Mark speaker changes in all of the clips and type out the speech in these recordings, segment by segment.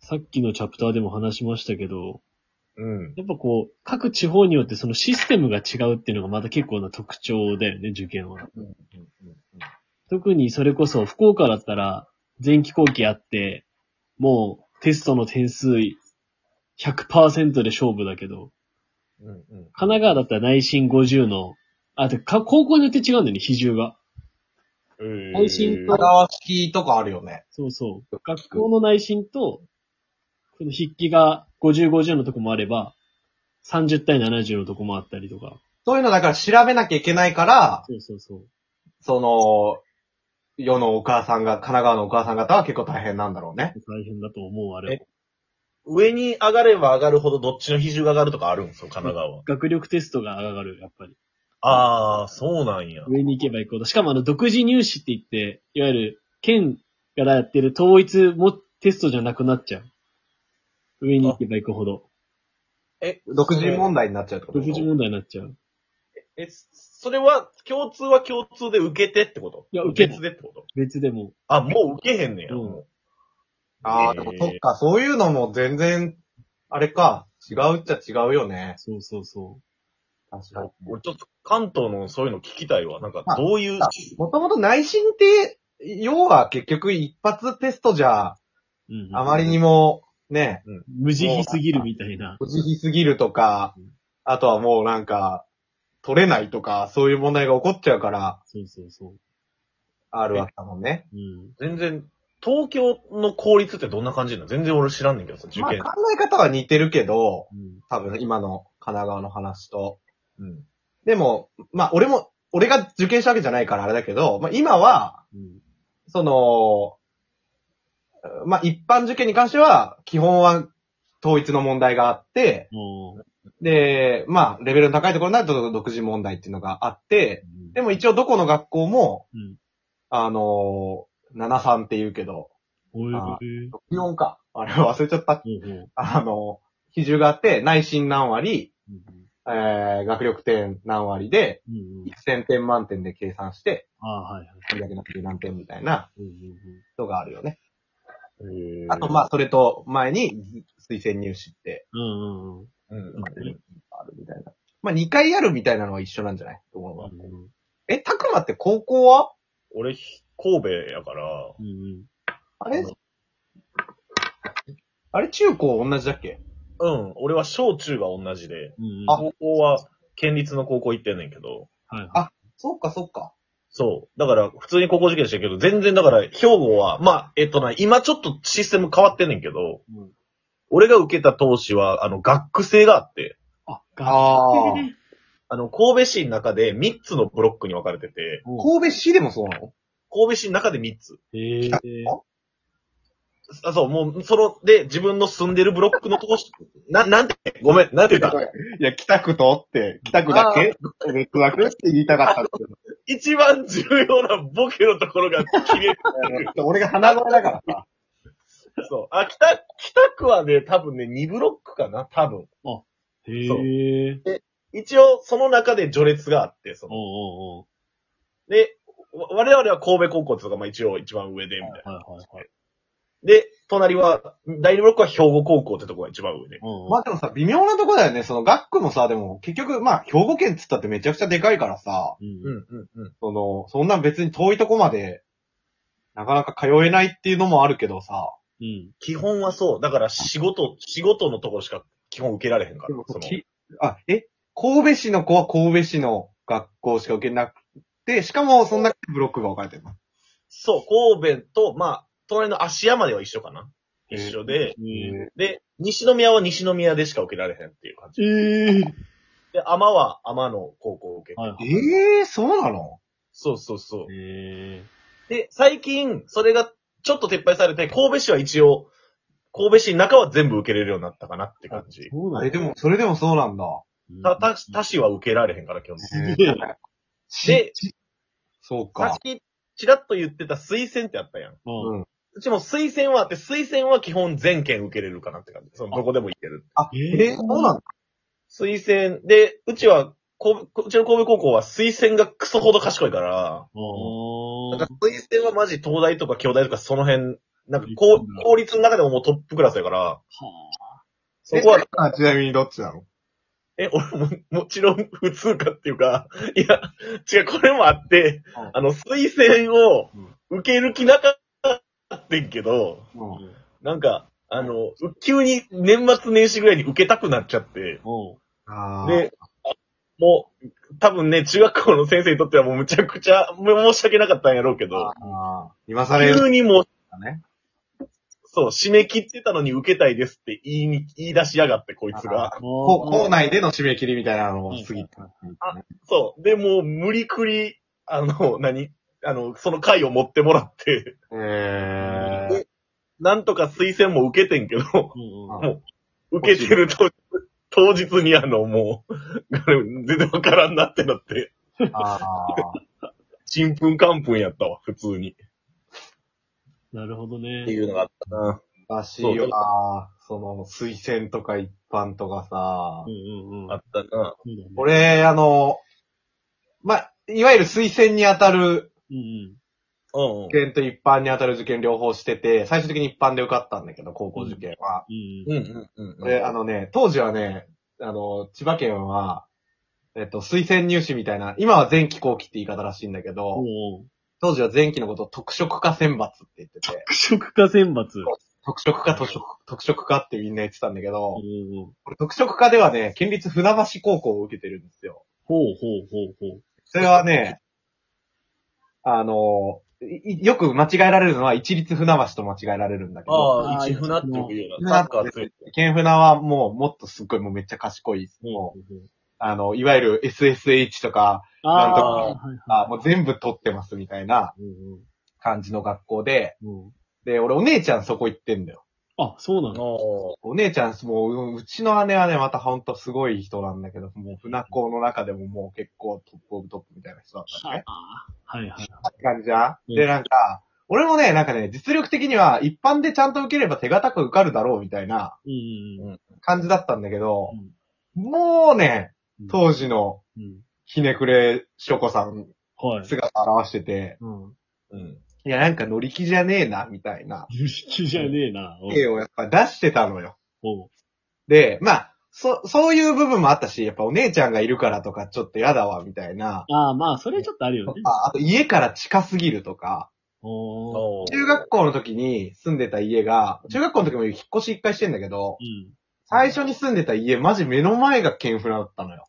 Speaker 1: さっきのチャプターでも話しましたけど、
Speaker 2: うん。
Speaker 1: やっぱこう、各地方によってそのシステムが違うっていうのがまた結構な特徴だよね、受験は。
Speaker 2: うんうんうん
Speaker 1: 特にそれこそ福岡だったら、前期後期あって、もうテストの点数100%で勝負だけど、
Speaker 2: うんうんうん
Speaker 1: 神奈川だったら内心50の、あ、てか、高校によって違うんだよね、比重が。内心
Speaker 2: 神奈
Speaker 1: と
Speaker 2: 川式とかあるよね。
Speaker 1: そうそう。学校の内心と、その筆記が50、50のとこもあれば、30対70のとこもあったりとか。
Speaker 2: そういうのだから調べなきゃいけないから、
Speaker 1: そうそうそう。
Speaker 2: その、世のお母さんが、神奈川のお母さん方は結構大変なんだろうね。
Speaker 1: 大変だと思う、あれ。
Speaker 3: 上に上がれば上がるほどどっちの比重が上がるとかあるんですよ、神奈川は。
Speaker 1: 学力テストが上がる、やっぱり。
Speaker 3: ああ、そうなんや。
Speaker 1: 上に行けば行くほど。しかもあの、独自入試って言って、いわゆる、県からやってる統一もテストじゃなくなっちゃう。上に行けば行くほど。
Speaker 3: え、
Speaker 2: 独自問題になっちゃうってこと
Speaker 1: 独
Speaker 2: でしょ
Speaker 1: 自問題になっちゃう。
Speaker 3: え、それは、共通は共通で受けてってこと
Speaker 1: いや受け
Speaker 3: 別でってこと
Speaker 1: 別でも。
Speaker 3: あ、もう受けへんねや。
Speaker 1: うん
Speaker 3: も
Speaker 2: ああ、でもそっか、そういうのも全然、あれか、違うっちゃ違うよね。
Speaker 1: そうそうそ
Speaker 2: 確
Speaker 3: う。俺ちょっと関東のそういうの聞きたいわ。なんか
Speaker 2: ま、あ
Speaker 3: どういう、
Speaker 2: もともと内心って、要は結局一発テストじゃ、
Speaker 1: う。うん、
Speaker 2: あまりに。も、ね、
Speaker 1: 無慈悲すぎるみたいな。
Speaker 2: 不慈悲すぎるとか、あとはもうなんか、取れないとか、そういう問題が起こっちゃうから、
Speaker 1: そうそうそ
Speaker 2: あるわけだもんね。
Speaker 1: う。うん。
Speaker 3: 全然、東京の公立ってどんな感じなの全然俺知らんねんけどさ、受
Speaker 2: まあ
Speaker 3: 験。
Speaker 2: 考え方は似てるけど、
Speaker 1: うん。
Speaker 2: 多分今の神奈川の話と。
Speaker 3: うん。
Speaker 2: でも、まあ、俺も、俺が受験したわけじゃないからあれだけど、まあ、今は、
Speaker 1: うん。
Speaker 2: その、まあ、一般受験に関しては、基本は統一の問題があって、
Speaker 1: もう、
Speaker 2: で、まあ、レベルの高いところになると独自問題っていうのがあって、
Speaker 1: うん
Speaker 2: でも一応どこの学校も、
Speaker 1: うん。
Speaker 2: あの73って言うけど、
Speaker 1: おいお
Speaker 2: あ
Speaker 1: い。
Speaker 2: 64か。あれ忘れちゃった。
Speaker 1: ほうほう。
Speaker 2: あの比重があって、内心何割、
Speaker 1: うん
Speaker 2: えー、学力点何割で、
Speaker 1: うん。うんうん。
Speaker 2: 1000点満点で計算して、
Speaker 1: ああ、はいはい。
Speaker 2: これだけの何点みたいな
Speaker 1: うんうん
Speaker 2: のがあるよね。
Speaker 3: へー
Speaker 2: あと、まあ、それと前に推薦入試って
Speaker 1: うん。うんうんうん。
Speaker 3: うん、うん。
Speaker 2: あるみたいな。まあ、2回あるみたいなのは一緒なんじゃないと思うわ
Speaker 1: うんうん
Speaker 2: え、たくまって高校は
Speaker 3: 俺、神戸やから、
Speaker 1: うん
Speaker 2: あれあれ中高同じだっけ
Speaker 3: うん、俺は小中が同じで、
Speaker 1: うん。
Speaker 2: あ
Speaker 3: 高校は県立の高校行ってんねんけど、
Speaker 1: はいはい。
Speaker 2: そっかそっか。
Speaker 3: そう。だから、普通に高校受験してるけど、全然だから、兵庫は、まあ、えっとな、今ちょっとシステム変わってんねんけど、
Speaker 1: うん
Speaker 3: 俺が受けた投資は、あの、学区制があって、
Speaker 1: あ、
Speaker 2: ああ。
Speaker 3: あの、神戸市の中で3つのブロックに分かれてて、
Speaker 2: 神戸市でもそうなの
Speaker 3: 神戸市の中で3つ。
Speaker 1: ええ
Speaker 3: あ、そう、もう、その、で、自分の住んでるブロックの投資、な、なんて、ごめん、なんて言った
Speaker 2: いや、北区とって、北区だけネックワークって言いたかったんです
Speaker 3: 一番重要なボケのところが決める。
Speaker 2: け ど。俺が鼻声だからさ。
Speaker 3: そう。あ、北、北区はね、多分ね、2ブロックかな、多分。
Speaker 1: へえ。
Speaker 3: 一応、その中で序列があって、その、
Speaker 1: おうおう
Speaker 3: で、わ我々は神戸高校とか、まあ一応一番上で、みたいな。
Speaker 1: おう。はいはいはい。
Speaker 3: で、隣は、第2ブロックは兵庫高校ってとこが一番上で。
Speaker 1: うんうん
Speaker 2: まあでもさ、微妙なとこだよね。その学区もさ、でも結局、まあ、兵庫県っつったってめちゃくちゃでかいからさ。
Speaker 1: うん
Speaker 3: んうんうん。
Speaker 2: その、そんな別に遠いとこまで、なかなか通えないっていうのもあるけどさ、
Speaker 1: うん。
Speaker 3: 基本はそう。だから仕事、仕事のところしか基本受けられへんから。その
Speaker 2: きあ、え、神戸市の子は神戸市の学校しか受けなくて、しかもそんなブロックが分かれてるの。
Speaker 3: そう、神戸と、まあ、隣の芦屋までは一緒かな。
Speaker 2: えー
Speaker 3: 一緒で、
Speaker 1: え
Speaker 3: で、西宮は西宮でしか受けられへんっていう感じ。
Speaker 1: え。
Speaker 3: で、天は天の高校を受ける。
Speaker 1: はいはい。
Speaker 2: ええー、そうなの
Speaker 3: そうそうそう。
Speaker 1: ええ。
Speaker 3: で、最近、それがちょっと撤廃されて、神戸市は一応、神戸市の中は全部受けれるようになったかなって感じ。
Speaker 1: そうな
Speaker 2: え、でも、それでもそうなんだ。
Speaker 3: た、た、他市は受けられへんから、基本的に。
Speaker 1: すげえ
Speaker 2: ち、
Speaker 3: で
Speaker 2: ちそう
Speaker 3: さ
Speaker 2: か
Speaker 3: っ。き、ちらっと言ってた推薦ってあったやん。
Speaker 1: うん。
Speaker 3: うちも推薦はあって、推薦は基本全県受けれるかなって感じ。その、どこでも行ける。
Speaker 2: あ、
Speaker 1: え
Speaker 2: え
Speaker 1: ー
Speaker 2: ー、そうなんだ。
Speaker 3: 推薦、で、うちは、こううちの神戸高校は推薦がクソほど賢いから、
Speaker 1: お
Speaker 3: なんか推薦はマジ東大とか京大とかその辺なんかこう、公立の中でももうトップクラスやから、そこは、
Speaker 2: あ、ちなみにどっちなの
Speaker 3: え、俺も、もちろん普通科っていうか、いや、違う、これもあって
Speaker 2: うん、
Speaker 3: あの、推薦を受ける気なかったんけど、
Speaker 2: うん。
Speaker 3: なんか、あの、急に年末年始ぐらいに受けたくなっちゃって、
Speaker 1: おう
Speaker 2: あー、
Speaker 3: で、もう、多分ね、中学校の先生にとってはもうむちゃくちゃもう申し訳なかったんやろうけど、
Speaker 2: あー今更言うん
Speaker 3: 急にもう、
Speaker 2: だね。
Speaker 3: そう、締め切ってたのに受けたいですって言いに、言い出しやがって、こいつが。
Speaker 2: こ
Speaker 1: おう
Speaker 2: 校内での締め切りみたいなのを過ぎた。
Speaker 3: そう。で、もう無理くり、あの、何あの、その回を持ってもらって、
Speaker 2: え
Speaker 3: えなんとか推薦も受けてんけど、
Speaker 1: うんうん
Speaker 2: あ
Speaker 3: 受けてる当日当日にあの、もう、全然わからんなってなって、
Speaker 2: ー、あー
Speaker 3: ちんぷんかんぷんやったわ、普通に。
Speaker 1: なるほどね。
Speaker 3: っていうのがあったな。
Speaker 2: らしいよな。その、推薦とか一般とかさ
Speaker 1: う。んうんうん。
Speaker 3: あったな。
Speaker 1: そうだね
Speaker 2: 俺、あの、まあ、いわゆる推薦に当たる
Speaker 1: うん
Speaker 3: うんうん。
Speaker 2: 受験と一般に当たる受験両方してて、最終的に一般で受かったんだけど、高校受験は。
Speaker 1: うん。うん。
Speaker 3: うんうんうんうん。
Speaker 2: で、あのね、当時はね、あの、千葉県は、えっと、推薦入試みたいな、今は前期後期って言い方らしいんだけど、
Speaker 1: おう
Speaker 2: 当時は前期のことを特色化選抜って言ってて、
Speaker 1: 特色化選抜。
Speaker 2: 特色化、特色、特色化ってみんな言ってたんだけど、
Speaker 1: うんうん
Speaker 2: 俺特色化ではね、県立船橋高校を受けてるんですよ。
Speaker 1: ほうほうほうほう。
Speaker 2: それはね、あの、いいよく間違えられるのは一律船橋と間違えられるんだけど、
Speaker 3: ああ、一船っていうような、サッカーついて。
Speaker 2: 県船はもうもっとすっごいもうめっちゃ賢い、もうあの、いわゆる SSH とか、なんとか
Speaker 1: あーはいはい
Speaker 2: あもう全部取ってますみたいな
Speaker 1: うん
Speaker 2: 感じの学校で、
Speaker 1: うんうん
Speaker 2: で、俺お姉ちゃんそこ行ってんだよ。
Speaker 1: あ、そうなんだ。
Speaker 2: お姉ちゃん、もう、うちの姉はね、またほんとすごい人なんだけど、もう船っ子の中でももう結構トップオブトップみたいな人だったのね。
Speaker 1: はいはい。
Speaker 2: 感じじゃ
Speaker 1: うんん
Speaker 2: で、なんか、俺もね、なんかね、実力的には一般でちゃんと受ければ手堅く受かるだろうみたいな
Speaker 1: うんうんうん
Speaker 2: 感じだったんだけど、もうね、
Speaker 1: うん。
Speaker 2: 当時の
Speaker 1: うん。
Speaker 2: ひねくれしょこさん
Speaker 1: はい。
Speaker 2: 姿表してて、
Speaker 1: うん。無
Speaker 3: うん。
Speaker 2: いや、なんか乗り気じゃねえな、みたいな、
Speaker 1: 識じゃねえな。おう
Speaker 2: 絵をやっぱ出してたのよ。
Speaker 1: おう
Speaker 2: で、まあ、そ、そういう部分もあったし、やっぱお姉ちゃんがいるからとかちょっと嫌だわ、みたいな。
Speaker 1: ああ、まあ、それちょっとあるよね。
Speaker 2: ああと家から近すぎるとか、
Speaker 1: おお。
Speaker 3: おー
Speaker 2: 中学校の時に住んでた家が、中学校の時も引っ越し一回してんだけど
Speaker 1: う、ん。
Speaker 2: 最初に住んでた家、マジ目の前がケンフラだったのよ。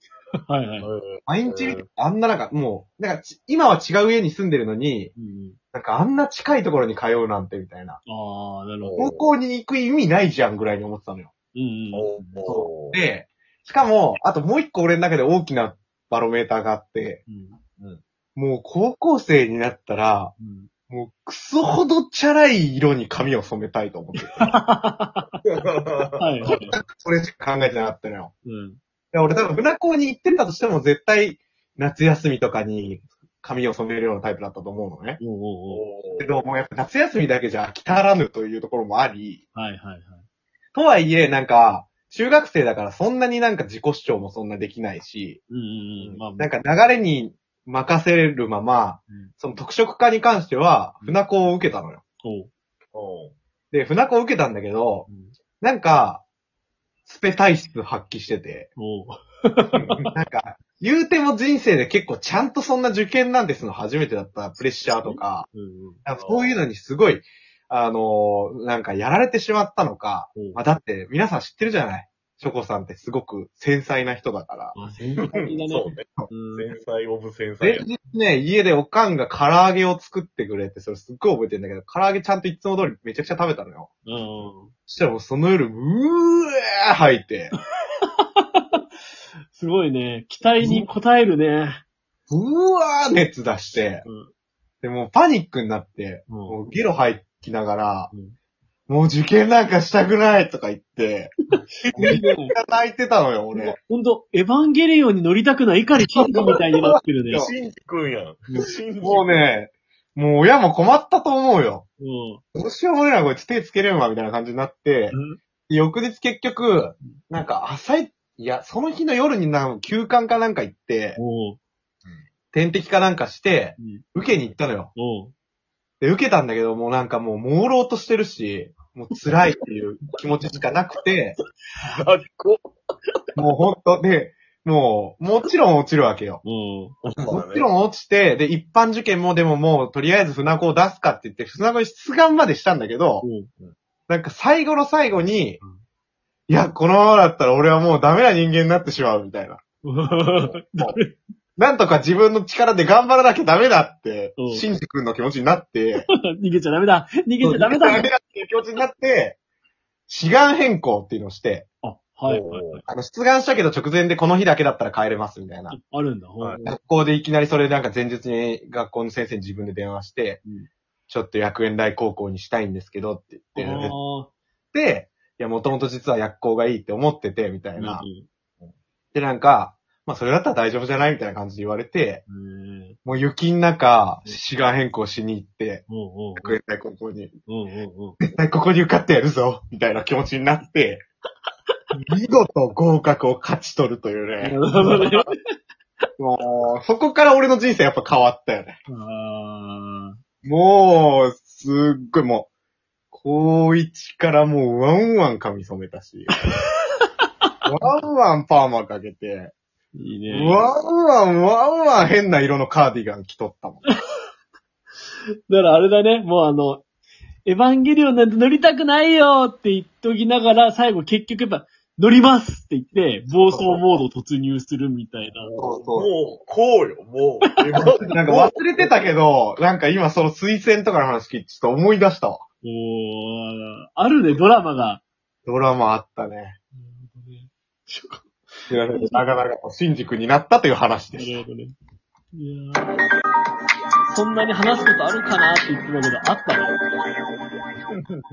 Speaker 1: はいはい。
Speaker 2: 毎日見て、あんななんかもう、なんかち今は違う家に住んでるのに、
Speaker 1: うんうん
Speaker 2: なんかあんな近いところに通うなんてみたいな。
Speaker 1: ああ、なるほど。
Speaker 2: 高校に行く意味ないじゃんぐらいに思ってたのよ。
Speaker 1: うんうん。
Speaker 3: おーおー
Speaker 2: で、しかも、あともう一個俺の中で大きなバロメーターがあって、
Speaker 1: うん
Speaker 2: もう高校生になったら、
Speaker 1: うん
Speaker 2: もうクソほどチャラい色に髪を染めたいと思ってた。
Speaker 1: はいはい。
Speaker 2: それしか考えてなかったのよ。
Speaker 1: うん。
Speaker 2: いや俺多分船校に行ってたとしても絶対夏休みとかに髪を染めるようなタイプだったと思うのね。
Speaker 1: おうおうおう
Speaker 2: けど、もうやっぱ夏休みだけじゃ飽き足らぬというところもあり、
Speaker 1: はいはいはい。
Speaker 2: とはいえなんか、中学生だからそんなになんか自己主張もそんなできないし、
Speaker 1: うんうんうん。まあ、
Speaker 2: なんか流れに任せるまま
Speaker 1: うん、
Speaker 2: その特色化に関しては船校を受けたのよ。
Speaker 1: おう。
Speaker 3: おー
Speaker 2: で、船校を受けたんだけど、なんか、スペ体質発揮してて、
Speaker 1: おう。
Speaker 2: なんか、言うても人生で結構ちゃんとそんな受験なんてするの初めてだったプレッシャーとか、
Speaker 1: うんうん。
Speaker 2: なんかそういうのにすごい、あのーなんかやられてしまったのか、
Speaker 1: おう
Speaker 2: まあ、だって皆さん知ってるじゃないショコさんってすごく繊細な人だから。
Speaker 1: あ、繊細だね。
Speaker 3: そう
Speaker 1: うん。
Speaker 3: ね。繊細オブ繊細
Speaker 2: で。、ね、家でおかんが唐揚げを作ってくれって、それすっごい覚えてんだけど、唐揚げちゃんといつも通りめちゃくちゃ食べたのよ。
Speaker 1: うん。
Speaker 2: そしたらもうその夜、うーわー吐いて、
Speaker 1: すごいね。期待に応えるね。
Speaker 2: うわー熱出して、
Speaker 1: うん
Speaker 2: で、もうパニックになって、
Speaker 1: うん
Speaker 2: もうゲロ吐きながら、
Speaker 1: うん
Speaker 2: もう受験なんかしたくないとか言って、泣いてたのよ、俺。
Speaker 1: ほんと、エヴァンゲリオンに乗りたくない碇シンジみたいになってるね。
Speaker 2: そう
Speaker 3: シンジ君やん。シンジ君
Speaker 2: もう。ね、もう親も困ったと思うよ。
Speaker 1: うん。
Speaker 2: どうしようもねえな、こいつ手つけれんわ、みたいな感じになって、翌日結局、なんか朝い、いや、その日の夜になん休館かなんか行って、
Speaker 1: おう。
Speaker 2: 点滴かなんかして
Speaker 1: うん、
Speaker 2: 受けに行ったのよ。
Speaker 1: おう。
Speaker 2: で、受けたんだけど、もうなんかもう朦朧としてるし、もう辛いっていう気持ちしかなく て、
Speaker 3: あ、こ
Speaker 2: もうほんと、で、もう、もちろん落ちるわけよ。
Speaker 1: うん。
Speaker 3: う。
Speaker 2: もちろん落ちて、で、一般受験もでももう、とりあえず船子を出すかって言って、船子に出願までしたんだけど、
Speaker 1: うん。
Speaker 2: なんか最後の最後に
Speaker 1: うん、
Speaker 2: いや、このままだったら俺はもうダメな人間になってしまうみたいな。なんとか自分の力で頑張らなきゃダメだって
Speaker 1: うん、
Speaker 2: シンジ君の気持ちになって、
Speaker 1: 逃げちゃダメだ逃げちゃダメ
Speaker 2: ダ
Speaker 1: だ
Speaker 2: メだっていう気持ちになって、志願変更っていうのをして、
Speaker 1: あ、はいはいはい。
Speaker 2: あの、出願したけど直前でこの日だけだったら帰れますみたいな。
Speaker 1: あるんだ。は
Speaker 3: はいい。
Speaker 2: 学校でいきなりそれなんか前日に学校の先生に自分で電話して、
Speaker 1: うん
Speaker 2: ちょっと薬園大高校にしたいんですけどって
Speaker 1: あ
Speaker 2: 言って、
Speaker 1: ー
Speaker 2: で、いや、もともと実は薬校がいいって思ってて、みたいな。
Speaker 1: う
Speaker 2: で、なんか、まあ、それだったら大丈夫じゃないみたいな感じで言われて、
Speaker 1: んうん。
Speaker 2: もう雪の中、志願変更しに行って、
Speaker 1: うんうん
Speaker 2: 学園大高校に、
Speaker 1: うんうん
Speaker 2: 絶対ここに受かってやるぞみたいな気持ちになって、見事合格を勝ち取るという
Speaker 1: な
Speaker 2: ね。
Speaker 1: るほどね。
Speaker 2: もう、そこから俺の人生やっぱ変わったよね。
Speaker 1: あ
Speaker 2: もう、すっごいもう、高一からもうワンワン髪染めたし、ワンワンパーマかけて、
Speaker 1: ーいいね。
Speaker 2: ワンワン、ワンワン変な色のカーディガン着とったもん。
Speaker 1: だからあれだね、もうあの、エヴァンゲリオンなんて乗りたくないよって言っときながら、最後結局やっぱ、乗りますって言って、暴走モード突入するみたいな。
Speaker 2: そう
Speaker 3: もう、こうよ、もう。
Speaker 2: なんか忘れてたけど、なんか今その推薦とかの話聞いてちょっと思い出したわ。
Speaker 1: おー、あるね、ドラマが。
Speaker 2: ドラマあったね。
Speaker 1: ちょ
Speaker 2: なかなか新宿になったという話で
Speaker 1: な
Speaker 2: す。
Speaker 1: るほどね。いやーそんなに話すことあるかなって言ってたけど、あったね。